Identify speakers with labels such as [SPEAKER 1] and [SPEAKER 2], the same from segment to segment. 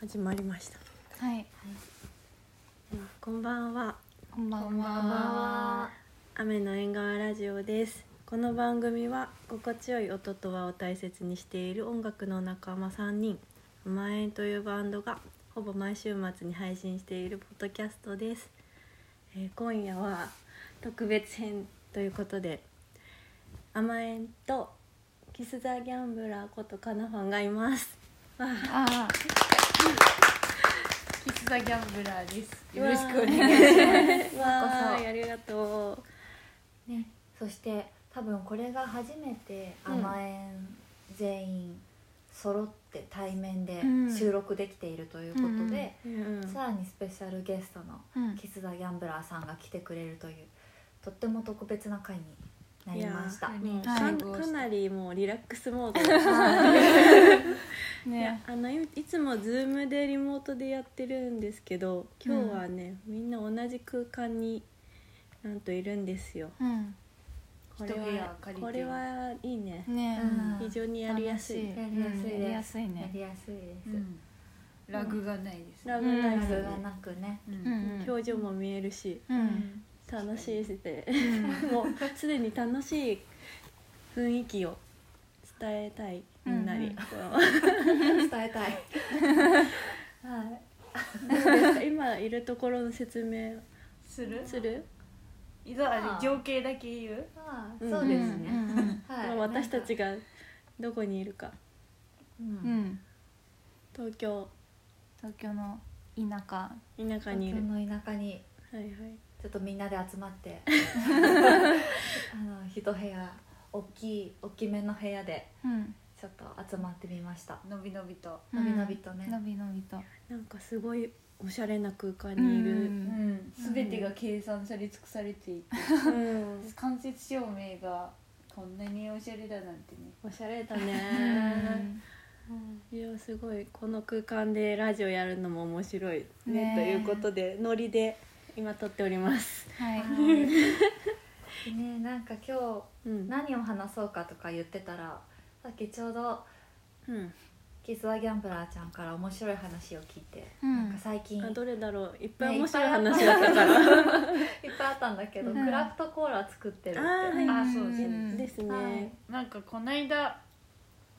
[SPEAKER 1] 始まりました。
[SPEAKER 2] はい、
[SPEAKER 1] こんばんは。
[SPEAKER 2] こんばんは。
[SPEAKER 3] こんばんは
[SPEAKER 1] 雨の縁側ラジオです。この番組は心地よい音と和を大切にしている音楽の仲間3人マエンというバンドがほぼ毎週末に配信しているポッドキャストです、えー今夜は特別編ということで甘えんとキス・ザ・ギャンブラーことカナファンがいますわあ
[SPEAKER 2] あ
[SPEAKER 3] キスザギャンブラーです。
[SPEAKER 1] よ
[SPEAKER 3] よ
[SPEAKER 1] ろ
[SPEAKER 3] ろ
[SPEAKER 1] し
[SPEAKER 3] し
[SPEAKER 1] く
[SPEAKER 3] く
[SPEAKER 1] お
[SPEAKER 3] お
[SPEAKER 1] 願
[SPEAKER 3] 願
[SPEAKER 1] い
[SPEAKER 3] い
[SPEAKER 1] し
[SPEAKER 3] し
[SPEAKER 1] わあありがとう
[SPEAKER 3] ます。ね、そして多分これが初めて
[SPEAKER 1] うん
[SPEAKER 3] 甘えん全員揃って対面で
[SPEAKER 2] うん
[SPEAKER 3] 収録できているということで、
[SPEAKER 1] うん
[SPEAKER 3] さらにスペシャルゲストの
[SPEAKER 2] あ、うん
[SPEAKER 3] キスザギャンブラーさんが来てくれるというとっても特別な回になりました。
[SPEAKER 1] い
[SPEAKER 3] は
[SPEAKER 1] や
[SPEAKER 3] い
[SPEAKER 1] ーもう
[SPEAKER 2] はい
[SPEAKER 1] かかなりもうリラックスモードです
[SPEAKER 2] ね、
[SPEAKER 1] あのいいつも Zoom でリモートでやってるんですけど今日はね、みんな同じ空間になんといるんですよ
[SPEAKER 2] うん、
[SPEAKER 1] これ
[SPEAKER 3] 一部
[SPEAKER 1] は
[SPEAKER 3] 屋借りて
[SPEAKER 1] これはいいね、
[SPEAKER 2] ね、
[SPEAKER 3] うん
[SPEAKER 1] 非常にやりやすい
[SPEAKER 2] 楽
[SPEAKER 3] やりやすいで
[SPEAKER 2] う
[SPEAKER 3] す
[SPEAKER 2] んやりやすい
[SPEAKER 3] や
[SPEAKER 2] ね。
[SPEAKER 3] りやすいです。
[SPEAKER 4] ラグがないですね
[SPEAKER 1] ラブナイ
[SPEAKER 3] そ
[SPEAKER 1] ス、
[SPEAKER 3] れがなくね。
[SPEAKER 4] う
[SPEAKER 2] うん
[SPEAKER 4] ん、
[SPEAKER 2] うん、
[SPEAKER 1] 表情も見えるし
[SPEAKER 2] うん、
[SPEAKER 1] 楽しいして、 もうすでに楽しい雰囲気を伝えたいみんなに、
[SPEAKER 2] うんうん
[SPEAKER 1] こ
[SPEAKER 3] 伝えたい。は
[SPEAKER 1] う
[SPEAKER 3] い。
[SPEAKER 1] 今いるところの説明
[SPEAKER 4] する
[SPEAKER 1] する、
[SPEAKER 4] いざあれ情景だけ言う
[SPEAKER 3] まあ、
[SPEAKER 1] うん
[SPEAKER 3] そうですね。
[SPEAKER 2] うんうん
[SPEAKER 3] はい。
[SPEAKER 1] まあ、私たち
[SPEAKER 3] が。
[SPEAKER 1] がどこにいるか
[SPEAKER 3] う。
[SPEAKER 2] うんん、
[SPEAKER 1] 東京
[SPEAKER 2] 東京の田舎。
[SPEAKER 1] 田舎にい
[SPEAKER 3] 東
[SPEAKER 1] る
[SPEAKER 3] 京の田舎に
[SPEAKER 1] はいはい
[SPEAKER 3] ちょっとみんなで集まってあの一部屋大きい大きめの部屋で
[SPEAKER 2] うん、
[SPEAKER 3] ちょっと集まってみました
[SPEAKER 4] のびのびと
[SPEAKER 3] のびのびとね
[SPEAKER 2] のびのびと。
[SPEAKER 1] なんかすごいおしゃれな空間にいる、
[SPEAKER 2] う
[SPEAKER 4] うんん全てが計算され尽くされていて
[SPEAKER 1] うん
[SPEAKER 4] 間接照明がこんなにおしゃれだなんてね
[SPEAKER 1] おしゃれだ
[SPEAKER 2] う
[SPEAKER 1] ね、
[SPEAKER 2] ん
[SPEAKER 1] いやすごいこの空間でラジオやるのも面白いね
[SPEAKER 2] ね
[SPEAKER 1] ということでノリで今撮っております、
[SPEAKER 2] はい。
[SPEAKER 3] でねなんか今日
[SPEAKER 1] うん
[SPEAKER 3] 何を話そうかとか言ってたらさっきちょうど
[SPEAKER 1] うん、
[SPEAKER 3] キス・ア・ギャンブラーちゃんから面白い話を聞いて、
[SPEAKER 2] うん
[SPEAKER 3] なんか最近い
[SPEAKER 1] あ
[SPEAKER 3] っ
[SPEAKER 1] どれだろういっぱい
[SPEAKER 3] ね
[SPEAKER 1] 面白い話だったから、
[SPEAKER 3] ぱいあったんだけど、
[SPEAKER 1] うん
[SPEAKER 3] クラフトコーラ作ってるって、
[SPEAKER 1] あー
[SPEAKER 4] あそう
[SPEAKER 1] で
[SPEAKER 2] ん
[SPEAKER 1] ですね、
[SPEAKER 3] はい
[SPEAKER 4] なんかこないだ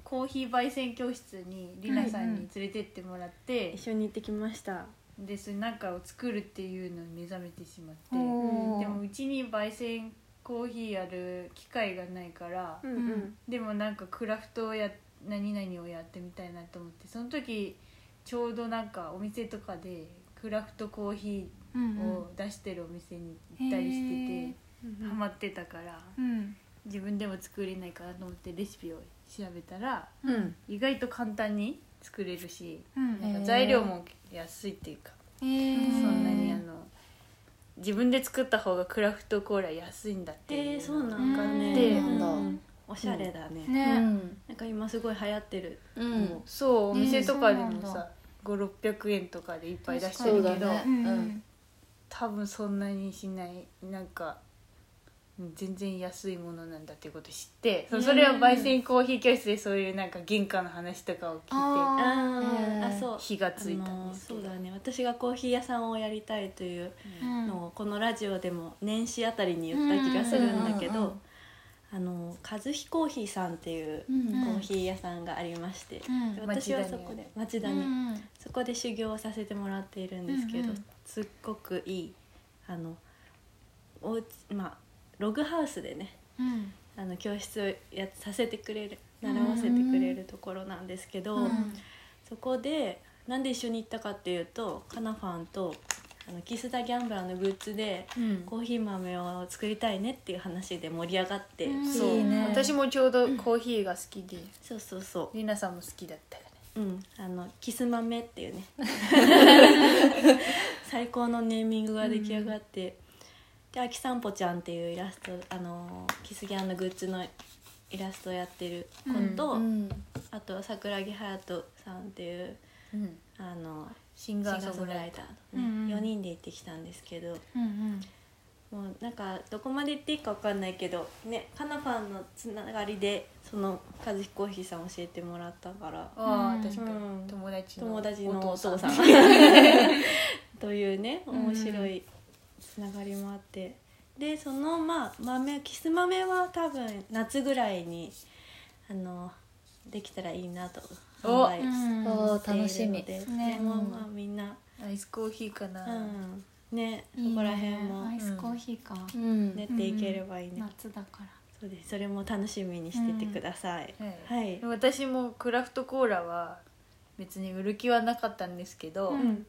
[SPEAKER 4] コーヒー焙煎教室にりなさんに連れてってもらって、
[SPEAKER 1] 一緒に行ってきました
[SPEAKER 4] でそれなんかを作るっていうのに目覚めてしまって、
[SPEAKER 2] おー
[SPEAKER 4] でもうちに焙煎コーヒーやる機会がないから、
[SPEAKER 1] うんうん
[SPEAKER 4] でもなんかクラフトをや何々をやってみたいなと思ってその時ちょうどなんかお店とかでクラフトコーヒ
[SPEAKER 2] うん
[SPEAKER 4] ーを出してるお店に行ったりしてて、
[SPEAKER 1] うん
[SPEAKER 4] ハマってたから
[SPEAKER 2] うん、
[SPEAKER 4] 自分でも作れないかなと思ってレシピを調べたら
[SPEAKER 1] うん
[SPEAKER 4] 意外と簡単に作れるし、
[SPEAKER 2] うん、
[SPEAKER 4] なん
[SPEAKER 3] へ
[SPEAKER 4] か
[SPEAKER 3] ー
[SPEAKER 4] 材料も安いっていうか、
[SPEAKER 2] えー、
[SPEAKER 4] そんなにあの自分で作った方がクラフトコーラ安いんだっていうの
[SPEAKER 1] えー、そうな
[SPEAKER 2] の
[SPEAKER 1] んかね
[SPEAKER 4] うん
[SPEAKER 1] うんおしゃれだね、
[SPEAKER 2] ね、
[SPEAKER 1] なんか今すごい流行ってる、
[SPEAKER 3] う
[SPEAKER 1] うん
[SPEAKER 4] そうお店とかで
[SPEAKER 2] えー
[SPEAKER 4] も
[SPEAKER 2] そうなん
[SPEAKER 4] さ、5600円とかでいっぱい出して
[SPEAKER 3] そう
[SPEAKER 4] るけ
[SPEAKER 3] だ
[SPEAKER 4] ど、
[SPEAKER 3] ね
[SPEAKER 2] うん、
[SPEAKER 3] うん
[SPEAKER 4] 多分そんなにしないなんかうん全然安いものなんだっていうことを知ってそううんそれは焙煎コーヒー教室でそういうなんか原価の話とかを聞い
[SPEAKER 2] あ
[SPEAKER 1] ー
[SPEAKER 3] えー
[SPEAKER 1] あそう
[SPEAKER 4] て火がついた
[SPEAKER 1] あ
[SPEAKER 4] ん
[SPEAKER 1] の
[SPEAKER 4] ですけ
[SPEAKER 1] そ
[SPEAKER 4] ど
[SPEAKER 1] うだね私がコーヒー屋さんをやりたいという
[SPEAKER 2] ー、うん
[SPEAKER 1] のをこのラジオでも年始あたりに言った気がするんだけ
[SPEAKER 3] うんうん
[SPEAKER 1] どあの和彦コーヒーさんっていう
[SPEAKER 3] うん
[SPEAKER 1] コ
[SPEAKER 2] ん
[SPEAKER 1] ーヒー屋さんがありまして、
[SPEAKER 2] うん
[SPEAKER 1] で私はそこで町田に、
[SPEAKER 2] うん
[SPEAKER 1] そこで修行をさせてもらっているんですけど、
[SPEAKER 2] うんうん
[SPEAKER 1] すっごくいいあのおうちまあログハウスでね
[SPEAKER 2] うん
[SPEAKER 1] あの教室をやっさせてくれる習わせてくれるところなんですけど。
[SPEAKER 2] うん
[SPEAKER 1] そこでなんで一緒に行ったかっていうとカナファンとあのキス・ザ・ギャンブラーのグッズで
[SPEAKER 4] うん
[SPEAKER 1] コーヒー豆を作りたいねっていう話で盛り上がって、
[SPEAKER 2] うん
[SPEAKER 4] そう
[SPEAKER 3] いいね
[SPEAKER 4] 私もちょうどコーヒーが好きで
[SPEAKER 1] そうそうそ
[SPEAKER 4] りなさんも好きだったよね
[SPEAKER 1] う、うん、あのキス豆っていう ね最高のネーミングが出来上がって、であきさんぽちゃんっていうイラストあのキスギャンのグッズのイラストやってる子と、
[SPEAKER 3] うん
[SPEAKER 1] あと桜木隼人さんっていう
[SPEAKER 4] うん
[SPEAKER 1] あの
[SPEAKER 4] シ
[SPEAKER 1] シ
[SPEAKER 4] ン
[SPEAKER 1] ン
[SPEAKER 4] ガ
[SPEAKER 1] ガ
[SPEAKER 4] ー
[SPEAKER 1] ー
[SPEAKER 4] ソ
[SPEAKER 1] ソ
[SPEAKER 4] ン
[SPEAKER 1] ン
[SPEAKER 4] グ
[SPEAKER 1] グ
[SPEAKER 4] ラ
[SPEAKER 1] ラ
[SPEAKER 4] イ
[SPEAKER 1] イ
[SPEAKER 4] タ
[SPEAKER 1] タ
[SPEAKER 4] ー
[SPEAKER 1] ーのね、
[SPEAKER 2] うんうん
[SPEAKER 1] 4人で行ってきたんですけど
[SPEAKER 2] うん
[SPEAKER 1] もうなんかどこまで言っていいかわかんないけどねカナファンのつながりでその和彦ひさん教えてもらったから
[SPEAKER 2] う
[SPEAKER 4] ああ
[SPEAKER 2] ん
[SPEAKER 4] 確か
[SPEAKER 1] うん
[SPEAKER 4] に友達の
[SPEAKER 1] 友達のお父さん というね面白いつながりもあって、でそのまあ豆キス豆は多分夏ぐらいにあのできたらいいなと
[SPEAKER 4] お
[SPEAKER 1] 販売
[SPEAKER 2] うん
[SPEAKER 3] お
[SPEAKER 1] しているので
[SPEAKER 3] 楽しみ
[SPEAKER 1] そ
[SPEAKER 2] ね
[SPEAKER 1] れも
[SPEAKER 3] うん
[SPEAKER 1] まあみんな、
[SPEAKER 4] アイスコーヒーか
[SPEAKER 1] う
[SPEAKER 4] な、
[SPEAKER 1] ん、ね
[SPEAKER 2] い
[SPEAKER 1] そ
[SPEAKER 2] いね
[SPEAKER 1] こら辺も
[SPEAKER 2] アイスコーヒーか、
[SPEAKER 3] うん
[SPEAKER 1] 練っていければいいね、
[SPEAKER 2] 夏だから
[SPEAKER 1] そうですそれも楽しみにしててください、
[SPEAKER 4] はい
[SPEAKER 1] はい
[SPEAKER 4] 私もクラフトコーラは別に売る気はなかったんですけど、
[SPEAKER 1] うん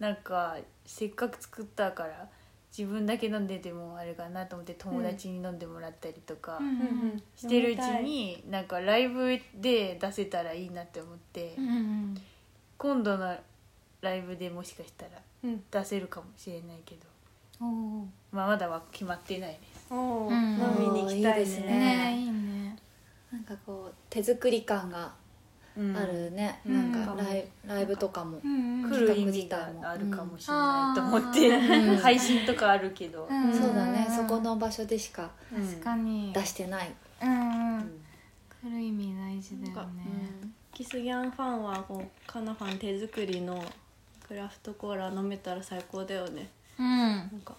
[SPEAKER 4] なんかせっかく作ったから自分だけ飲んでてもあれかなと思って友達に飲んでもらったりとか
[SPEAKER 2] うん
[SPEAKER 4] してるうちになんかライブで出せたらいいなって思って、
[SPEAKER 2] うんうん
[SPEAKER 4] 今度のライブでもしかしたら
[SPEAKER 1] うん
[SPEAKER 4] 出せるかもしれないけど、
[SPEAKER 2] お
[SPEAKER 4] まあ、まだは決まってないです。
[SPEAKER 1] おー
[SPEAKER 2] うん
[SPEAKER 1] 飲みに行きたい
[SPEAKER 3] いいです
[SPEAKER 2] お
[SPEAKER 1] ね
[SPEAKER 3] ね
[SPEAKER 2] ねえいいね
[SPEAKER 3] なんかこう手作り感が
[SPEAKER 4] うん
[SPEAKER 3] あるね、
[SPEAKER 2] うん
[SPEAKER 3] なんか
[SPEAKER 4] うん
[SPEAKER 3] ライライブとかも、
[SPEAKER 2] ん
[SPEAKER 4] 来る意味があるかもしれないと思っ
[SPEAKER 3] うん
[SPEAKER 4] て
[SPEAKER 3] あー
[SPEAKER 4] 配信とかあるけど、
[SPEAKER 2] うん
[SPEAKER 3] そうだね、
[SPEAKER 2] うん
[SPEAKER 3] そこの場所でしか
[SPEAKER 4] うん
[SPEAKER 2] 確かに
[SPEAKER 3] 出してない、
[SPEAKER 2] うんう
[SPEAKER 4] うんん
[SPEAKER 2] 来る意味大事だ
[SPEAKER 1] なん
[SPEAKER 2] よ
[SPEAKER 1] か
[SPEAKER 2] ね
[SPEAKER 1] キスギャンファンはこうカナファン手作りのクラフトコーラ飲めたら最高だよね
[SPEAKER 2] うん
[SPEAKER 1] なんか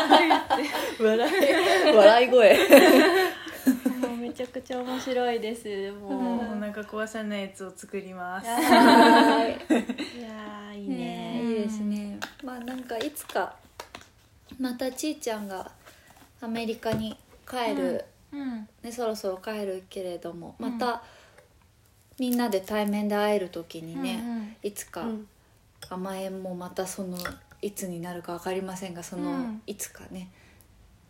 [SPEAKER 3] 笑い笑い声
[SPEAKER 1] もうめちゃくちゃ面白いですもう
[SPEAKER 4] お腹壊さないやつを作ります
[SPEAKER 1] い。や
[SPEAKER 3] はい
[SPEAKER 1] ーいやーいい
[SPEAKER 3] ね
[SPEAKER 1] ね
[SPEAKER 3] いいですねまあなんかいつかまたちーちゃんがアメリカに帰る、
[SPEAKER 2] うん
[SPEAKER 3] ね、そろそろ帰るけれども
[SPEAKER 2] う
[SPEAKER 3] ま
[SPEAKER 2] ん
[SPEAKER 3] た、みんなで対面で会える時にね、
[SPEAKER 2] うん
[SPEAKER 3] いつか
[SPEAKER 1] うん
[SPEAKER 3] 甘えんもまたそのいつになるか分かりませんがその、
[SPEAKER 2] うん
[SPEAKER 3] いつかね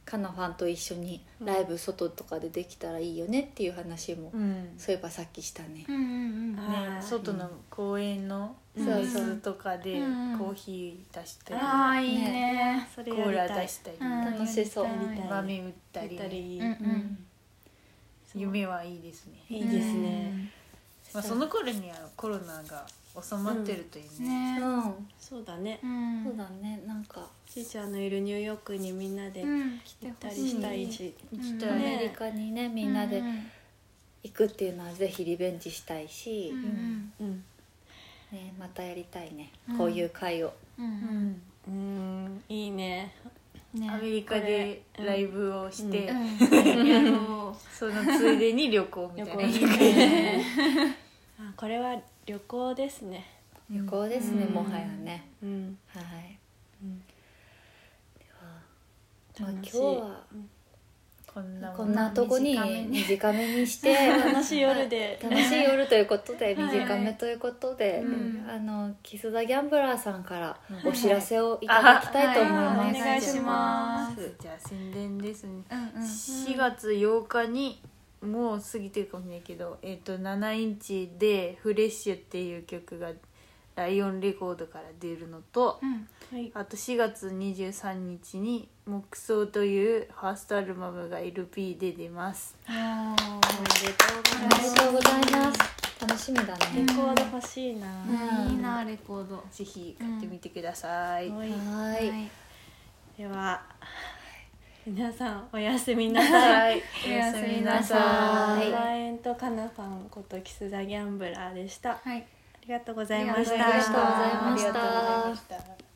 [SPEAKER 3] かなファンと一緒にライブ外とかでできたらいいよねっていう話も、
[SPEAKER 4] うん
[SPEAKER 3] そういえばさっきしたね
[SPEAKER 2] う、んうんうん
[SPEAKER 1] あ
[SPEAKER 4] ね、外の公園の
[SPEAKER 1] うん
[SPEAKER 3] そうそう
[SPEAKER 4] 水とかで
[SPEAKER 2] うん
[SPEAKER 4] コーヒー出したり、
[SPEAKER 2] ああいいね
[SPEAKER 1] それ
[SPEAKER 4] コー
[SPEAKER 1] やり
[SPEAKER 4] ラ
[SPEAKER 1] たい
[SPEAKER 4] 出したり、
[SPEAKER 2] うん
[SPEAKER 3] 楽しそう
[SPEAKER 2] やりたい
[SPEAKER 1] やりたい
[SPEAKER 4] 豆打ったり,、
[SPEAKER 1] やったり
[SPEAKER 2] うんうん
[SPEAKER 4] 夢はいいですね、
[SPEAKER 1] いいですね
[SPEAKER 4] まあ、その頃にはコロナが収まってるといいね,、
[SPEAKER 2] ね
[SPEAKER 3] うん、うん
[SPEAKER 1] そうだね
[SPEAKER 2] うん
[SPEAKER 3] そうだねなんか
[SPEAKER 1] ちーちゃんのいるニューヨークにみんなで行
[SPEAKER 2] うん来て
[SPEAKER 1] った
[SPEAKER 2] ほ
[SPEAKER 1] り
[SPEAKER 2] しい
[SPEAKER 1] したいし
[SPEAKER 2] うん
[SPEAKER 4] 行き
[SPEAKER 3] ア
[SPEAKER 4] たい、
[SPEAKER 1] ね
[SPEAKER 3] メリカにねみんなで
[SPEAKER 2] う
[SPEAKER 3] 行くっていうのはぜひリベンジしたいし
[SPEAKER 2] う、ん
[SPEAKER 1] うん
[SPEAKER 3] ね、またやりたいね、
[SPEAKER 2] うん
[SPEAKER 3] こういう会を
[SPEAKER 2] う
[SPEAKER 4] うんん
[SPEAKER 1] うんいいね
[SPEAKER 2] うんね
[SPEAKER 4] アメリカでライブをして、
[SPEAKER 2] うんやろ
[SPEAKER 4] そのついでに旅行みたいな
[SPEAKER 1] 旅行
[SPEAKER 2] ういいね
[SPEAKER 1] あこれは旅行ですね
[SPEAKER 3] 旅行ですね、
[SPEAKER 2] うん
[SPEAKER 3] もはやね
[SPEAKER 1] うん
[SPEAKER 3] はい
[SPEAKER 1] うん
[SPEAKER 3] では、まあ、
[SPEAKER 1] 楽
[SPEAKER 3] 今
[SPEAKER 1] し
[SPEAKER 3] 日
[SPEAKER 1] い
[SPEAKER 3] は
[SPEAKER 4] こんなも
[SPEAKER 3] こんなとこに
[SPEAKER 2] 短めに
[SPEAKER 3] 短め にして
[SPEAKER 1] 楽しい夜で
[SPEAKER 3] 楽しい夜ということで
[SPEAKER 1] はい
[SPEAKER 3] 短めということで、
[SPEAKER 2] うん
[SPEAKER 3] あのキス・ザ・ギャンブラーさんから
[SPEAKER 4] うん
[SPEAKER 3] お知らせをいただきたいと思います、
[SPEAKER 2] はい
[SPEAKER 1] お願いしま
[SPEAKER 4] じ
[SPEAKER 1] す
[SPEAKER 4] ゃあ宣伝ですね
[SPEAKER 2] うんうん
[SPEAKER 4] 4月8日にもう過ぎてるかもしれないけど、えっと7インチで「フレッシュ」っていう曲がライオンレコードから出るのと
[SPEAKER 2] うん
[SPEAKER 1] はい
[SPEAKER 4] あと4月23日に「木葬」というファーストアルバムが LP で出ます
[SPEAKER 2] も
[SPEAKER 3] おめでとうございます楽しみだ
[SPEAKER 1] レ
[SPEAKER 3] ね、
[SPEAKER 1] コード欲しいな
[SPEAKER 2] ううんいいなレコード
[SPEAKER 4] ぜひ買ってみてください、
[SPEAKER 1] はい
[SPEAKER 3] はーい
[SPEAKER 2] はい
[SPEAKER 1] では皆さんおやすみなさい
[SPEAKER 4] はい おやすみなさ
[SPEAKER 3] はいい
[SPEAKER 1] ライエンとカナファンことキス・ザ・ギャンブラーでしたあ
[SPEAKER 2] はい
[SPEAKER 1] りがとうございまし
[SPEAKER 2] あ
[SPEAKER 1] た
[SPEAKER 2] りがとうございました
[SPEAKER 3] ありがとうございました
[SPEAKER 4] した